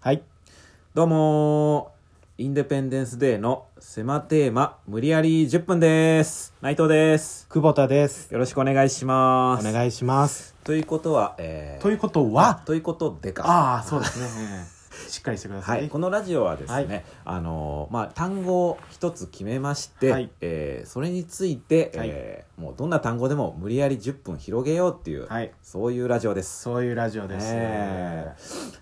はい。どうもーインデペンデンスデーの狭テーマ、無理やり10分です。内藤です。久保田です。よろしくお願いしまおす。願いします。ということは、えー、ということは、ということでか。ああ、そうです ね。うんしっかりしてくださ。はいい、このラジオはですね、はいあのーまあ、単語を一つ決めまして、はいえーそれについて、えーもうどんな単語でも無理やり10分広げようっていう、はいそういうラジオです。そういうラジオです。ね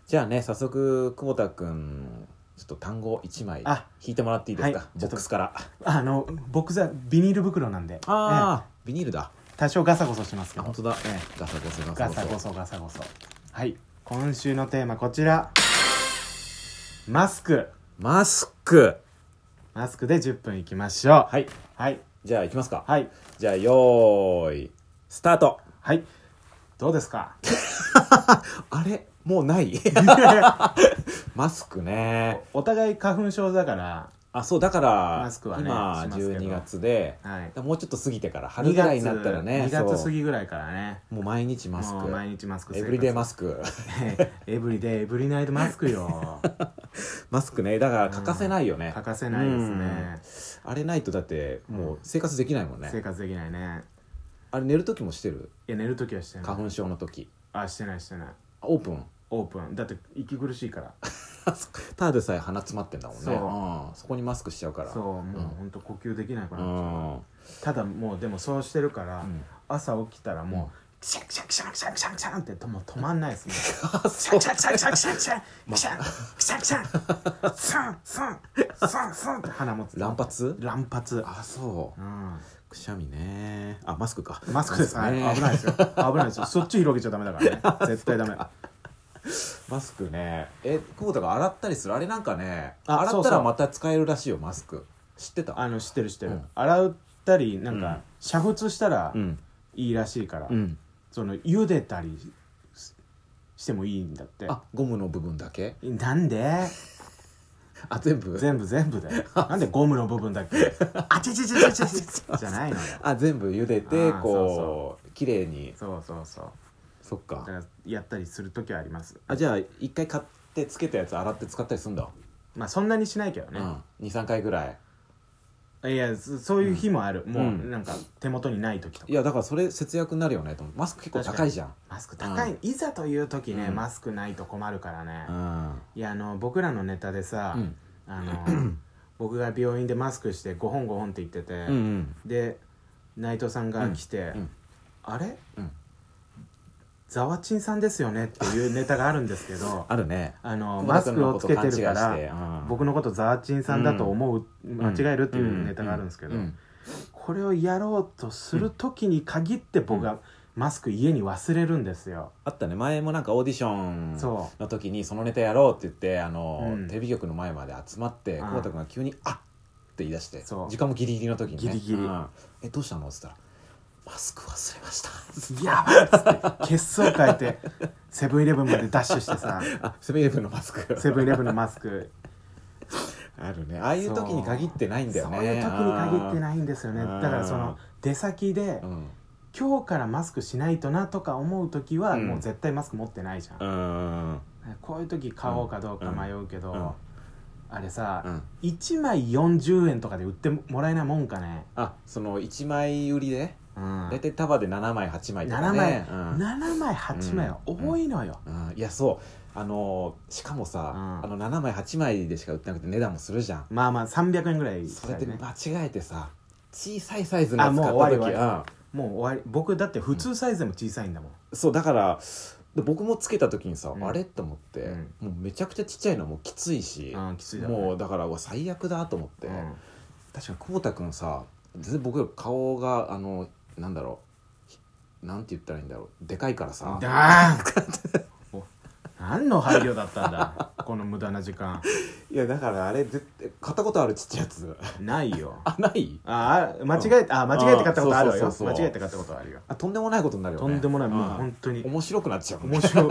じゃあね早速久保田君ちょっと単語1枚あ引いてもらっていいですか、はいちボょっとックスからあの、僕ざビニール袋なんで、えああ、ビニールだえ多少ガサゴソしますけあ本ど、当だ、ガサゴソガガササゴゴソソガサゴソ。はい、今週のテーマこちら。マスク。マスクマスクで10分いきましょう。はいはい、じゃあ行きますか、はい、じゃあよーいスタートはい。どうですかあれもうない マスクねお互い花粉症だから、あそうだからマスクはね今しますけど12月ではい。もうちょっと過ぎてから春ぐらいになったらね2月そう2月過ぎぐらいからね。もう毎日マスもうク毎日マスクエブリデイマススククエブリデイエブリナイトマスクよマスクねだから欠かせないよね、欠かせないですねあれないとだってもう生活できないもんね、生活できないねあれ寝る時もしてるいや寝るときはしてない花粉症の時あしてないしてないオープン オープンだって息苦しいからただでさえ鼻詰まってんだもんねそううんそこにマスクしちゃうからそうもううんほんと呼吸できないかうら、ん ただもうでもそうしてるから、ん朝起きたらうんもうクシャンクシャンクシャンクシャンクシャンクシャンってともう止まんないですねあクシャそうンクシャンクシャンクシャンクシャンクシャンクシャンクシャンクシャンスンスンスンスンって鼻もつ乱発乱発あそううんくしゃみねあマスクかマスクです。はい、ね危ないですよ。危ないですよ。そっち広げちゃダメだからね。絶対ダメ。マスクねえ久保田が洗ったりするあれなんかねあ洗そっうたそらうまた使えるらしいよマスク知ってたあの、知ってる知ってる。うん洗ったり、なんうんか、煮沸したらうんいいらしいから、うんその、茹でたりししてもいいんだって。あゴムの部分だけなんであ全部全部全部だよ。なんでゴムの部分 だけ。あちちちちちちちじゃないのよ。あ全部茹でてあーこう綺麗にそうそうそう。そっだかから、やったりするときはあります。あじゃあ一回買ってつけたやつ洗って使ったりすんだ、まあ、そんなにしないけどうね。ん、23回ぐらいいや、そそういう日もある。もう、うんなんか、手元にないときとかい。やだからそれ節約になるよねと思うマスク結構高いじゃんマスク高い、うんいざという時ね、うんマスクないと困るからね、うんいやあの僕らのネタでさ、うんあの 僕が病院でマスクして5本5本って言ってて、うんうんで内藤さんが来て「うんあれうんざわちんさんですよね」っていうネタがあるんですけどあるねあの久マ保田ス君クのをこつとけてるか勘違いしてらうん僕のことざわちんさんだと思う、間違えるっていうネタがあるんですけど、ううんこれをやろうとする時に限って僕がマスク家に忘れるんですよ、あったね前もなんかオーディションそうの時にそのネタやろうって言ってあの、うんテレビ局の前まで集まってうん久保田君が急に「あっ!」って言い出してそう時間もギリギリの時に、ね、ギリギリうんえどうしたの?」っつったら「マスク忘れました」やばいっつって血相変えてセブンイレブンまでダッシュしてさあセブンイレブンのマスクセブンイレブンのマスクあるねああいう時に限ってないんだよねそういう時に限っていないんですよねうんだからその出先でうん今日からマスクしないとなとか思う時はうんもう絶対マスク持ってないじゃん、うんこういう時買おうかどうか迷うけど、うんあれさ、うん1枚40円とかで売ってもらえないもんかね、あその1枚売りでうん、大体束で7枚8枚とか7ね枚、うん7枚8枚は多いのよ、うんいやそうあのーしかもさ、うんあの7枚8枚でしか売ってなくて値段もするじゃんまあまあ300円ぐらい、ね、それで間違えてさ小さいサイズのやあつもう買終ったわ時り終わうんもう終わり僕だって普通サイズでも小さいんだもん、そうだからで僕もつけた時にさ、うんあれと思って、うんもうめちゃくちゃちっちゃいのもうきついし、うん、きついだろうねもうだからうわ最悪だと思って、うん確か久保田君さ全然僕より顔があのなんだろうなんて言ったらいいんだろうでかいからさだーんお 何の配慮だったんだこの無駄な時間いやだからあれ絶対買ったことあるちっちゃいやつないよあないああ間違えたあ間違えて買ったことあるそうよそうそうそ間う違えて買ったことあるよあとんでもないことになるよねとんでもないもううん本当に面白くなっちゃうもんね面白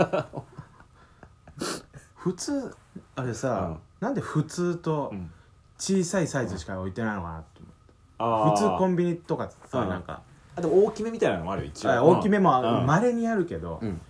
い 普通あれさ、なんで普通とうん小さいサイズしか置いてないのかなって思うあー普通コンビニとかさ、うんなんかあでも大きめみたいなのもあるよ一応あ大きめもうんまれにあるけど、うん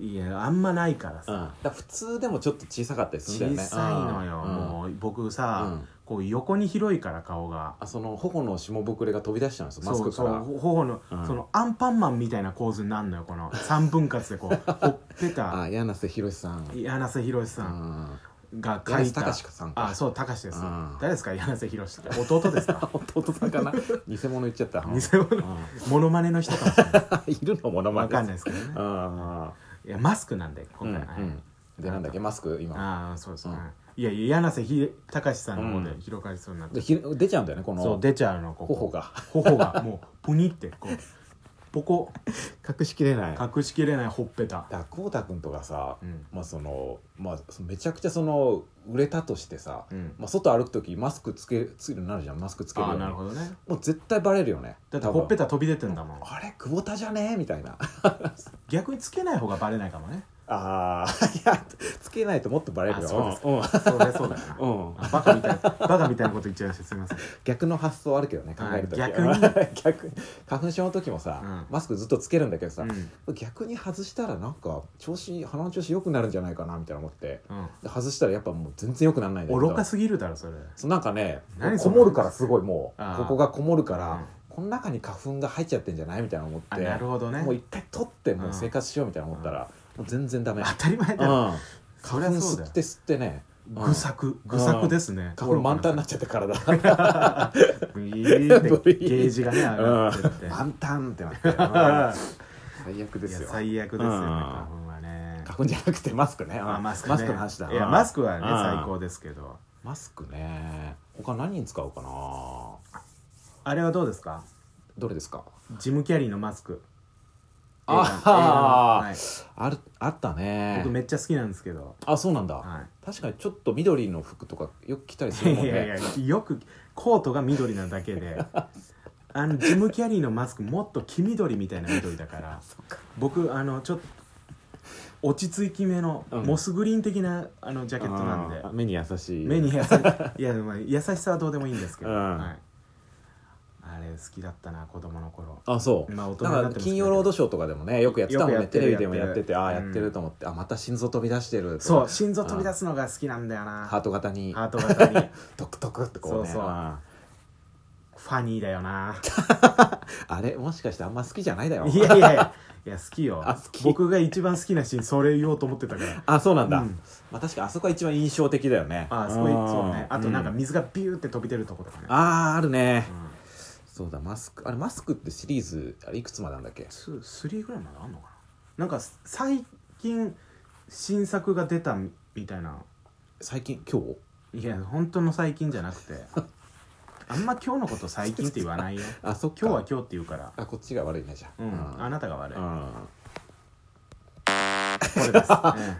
いやあんまないからうん、さ、だから普通でもちょっと小さかったりする小んだよねさいのよ、うんもう僕うさ、んこう横に広いから顔があその頬の下ぶくれが飛び出しちゃうんですよマスクからそうそう頬の、うんそのアンパンマンみたいな構図になるのよこの3分割でこ うほっぺたあ柳瀬宏さん柳瀬宏うさんんが書柳い瀬た、隆さんかあそう隆です、うん誰ですか柳瀬宏って弟です か弟さんかな 偽物言っちゃった偽物モノマネの人かもしれないうん いるのものまわかんないでいすけどねあいやマスクなんでうん今う回、はいんでなんだっけマスク今ああそうですね、うんいやいや柳瀬ひ隆さんの方うでん広がりそうになって、でひ出ちゃうんだよねこそうの出ちゃうのここ頬が頬がもうプニってこうポコ隠しきれない隠しきれないほっぺただこうたくんとかさ、うんまあそのまあそめちゃくちゃその売れたとしてさ、うんまあ、外歩く時マスクつけつけるようになるじゃんマスクつけるああようになるほどねもう絶対バレるよねだってほっぺたた飛び出てんだもんあれ久保田じゃねえみたいな逆につけない方がバレないかもねあーいやつけないともっとバレるよあそうですかうんそうだそうだよなうん あバカみたいバカみたいなこと言っちゃうしすみません逆の発想あるけどね考えるときあ 逆花粉症の時もさ、うんマスクずっとつけるんだけどさ、うん逆に外したらなんか調子鼻の調子良くなるんじゃないかなみたいな思ってうんで外したらやっぱもう全然良くならないんだけど愚かすぎるだろそれそうなんかね何こそれもるからすごいもうあーここがこもるから、うんこの中に花粉が入っちゃってんじゃないみたいな思ってあなるほどねもう一回取ってもう生活しようみたいな思ったら、もう全然ダメ、うん、当たり前だよ花粉そりゃそうだ吸っよて吸ってね、うん愚策愚策ですね花粉満タンになっちゃって体 ブイーンってゲージがね上がってって満タンってな って、うん最悪でいすやよ最悪ですよねうん花粉はね花粉じゃなくてマスクね、うんあマスクねマスクの話だいやマスクはうねん最高ですけどマスクね他何に使うかなあれはどうですかどれですかジム・キャリーのマスクあ映画の映画のはいあるあったね僕めっちゃ好きなんですけどあそうなんだ、は確かにちょっと緑の服とかよく着たりすいるいもんねやいやよくコートが緑なだけであのジム・キャリーのマスクもっと黄緑みたいな緑だ から僕あのちょっと落ち着きめのうんモスグリーン的なあのジャケットなんであー目に優しい目に優しいやまあ優しさはどうでもいいんですけど、うんはい、あれ好きだったな子供の頃あそう、まあ大人になってまなんすけかど金曜ロードショーとかでもねよくやってたもんよくねやってテるレビでもやっててやっああてるやってると思って、あまた心臓飛び出してるとかそう心臓飛び出すのが好きなんだよなハート型にハート型にトクトクってこうねそうそうあファニーだよ なーあれもしかしてあんま好きじゃないだよいやいやいやいや好きよあ好き僕が一番好きなシーンそれ言おうと思ってたからあそうなんだ、うんまあ、確かあそこが一番印象的だよねああすごいそうねあとなんかう水がビューって飛び出るとことかねあーあるね、うんそうだマスクあれマスクってシリーズあれいくつまでなんだっけツースリーぐらいまであんのかななんか最近新作が出たみたいな最近今い日や本当の最近じゃなくて あんま今日のこと最近って言わないよあそっか今日は今日って言うからあこっちが悪いねじゃあうん、あなたが悪い、こうんれです、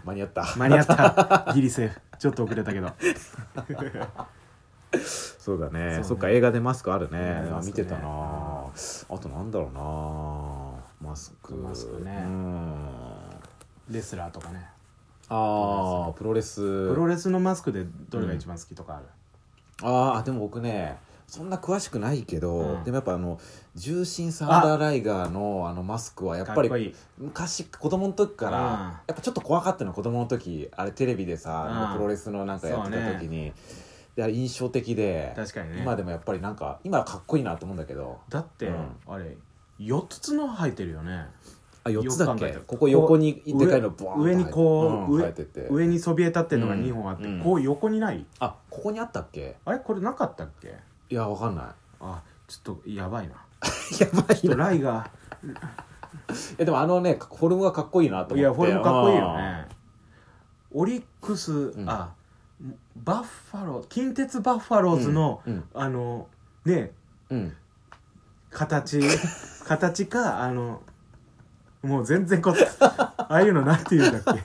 間に合ったうん間に合ったギリセーフちょっと遅れたけど そうそうだねねそっか映画でマスクあるね映画であマス見クねてたなあとなんだろうなマスクマスクねうんレスラーとかねああプロレスプロレスのマスクでどれが一番好きとかある、ああでも僕ねそんな詳しくないけど、うんでもやっぱあの重心サンダーライガーのあのマスクはやっぱりかっこいい昔子供の時から、うんやっぱちょっと怖かったの子供の時あれテレビでさ、うんプロレスのなんかやってた時に、であれ印象的で確かにね今でもやっぱりなんか今はかっこいいなと思うんだけどだって、うんあれ4つ角生えてるよねあ4つだっけよく考えたらここ横にこうでかいのボーンと上上にこう、うん上生えてて上にそびえ立ってるのが2本あって、うんこう横にないあここにあったっけあれこれなかったっけいやわかんないあちょっとやばいなやばい ちょっとなライがいやでもあのねフォルムがかっこいいなと思っていいやフォルムかっこいいよねオリックス、んあバッファロー近鉄バッファローズの、うんうんあのねうん形形かあのもう全然こああいうのなんて言うんだっ け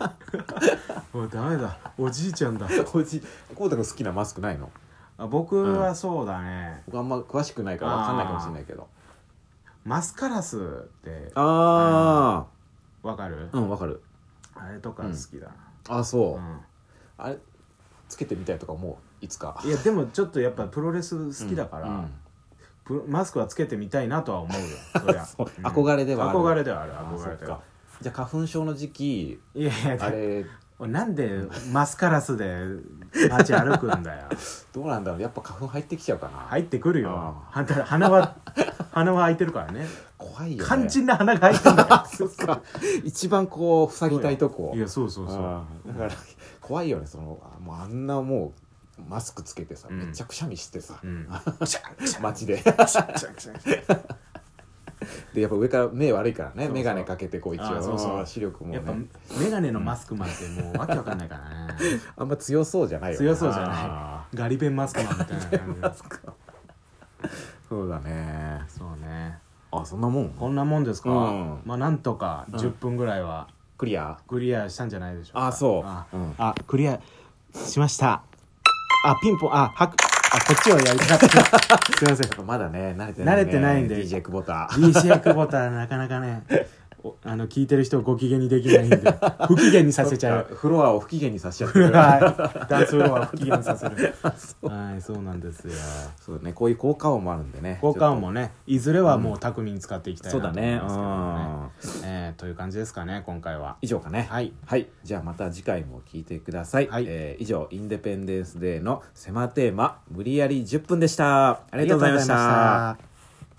もうダメだおじいちゃんだこいつこうたくん好きなマスクないのあ僕はそうだね、僕あんま詳しくないから分かんないかもしれないけどマスカラスってあわかる、あうんわかるあれとか好きだあな、そう、うんあれつけてみたいとか思ういつかいやでもちょっとやっぱプロレス好きだから、うん プロマスクはつけてみたいなとは思うよそりゃそう憧れではある憧れではあるあー憧れでそっはかじゃあ花粉症の時期いやいやあれおいなんでマスカラスで街歩くんだ よどうなんだろうやっぱ花粉入ってきちゃうかな、入ってくるよああんた鼻は 鼻は開いてるからね怖いよ、ね、肝心な鼻が開いてんだ よそっか一番こう塞ぎたいとこいやそうそうそうあーだから怖いよねそのあもうあんなもうマスクつけてさ、うんめっちゃくしゃみしてさ、 うん街で でやっぱ上から目悪いからねそうそう眼鏡かけてこう一あ応ーそうそう視力も、やね、っぱ眼鏡のマスクマンってもうわけわかんないからねあんま強そうじゃないよね強そうじゃないあガリ弁マスクマンみたいな感じーマスクそうだねそうねあそんなもんこんなもんですか、うんまあなんとか10分ぐらいはクリアクリアしたんじゃないでしょうか、あそうあ,、うんあクリアしましたあピンポンあはくあこっちをやりたかったすいませんまだね慣れて慣れてないんで DJ 久保田 DJ 久保田はなかなかねおあの聞いてる人をご機嫌にでき ないんで不機嫌にさせちゃうフロアを不機嫌にさせちゃって るはいダンスフロアを不機嫌にさせ るはいそうなんですよそうだねこういう効果音もあるんでね交換音もねいずれはもう巧みに使っていきたいそなうとだ思ねいうんますけどねえーという感じですかね今回は以上かねはいじゃあまた次回も聞いてください、はいえー以上「インデペンデンス・デー」の狭テーマ「無理やり10分」でしたありがとうございましありがとうございたました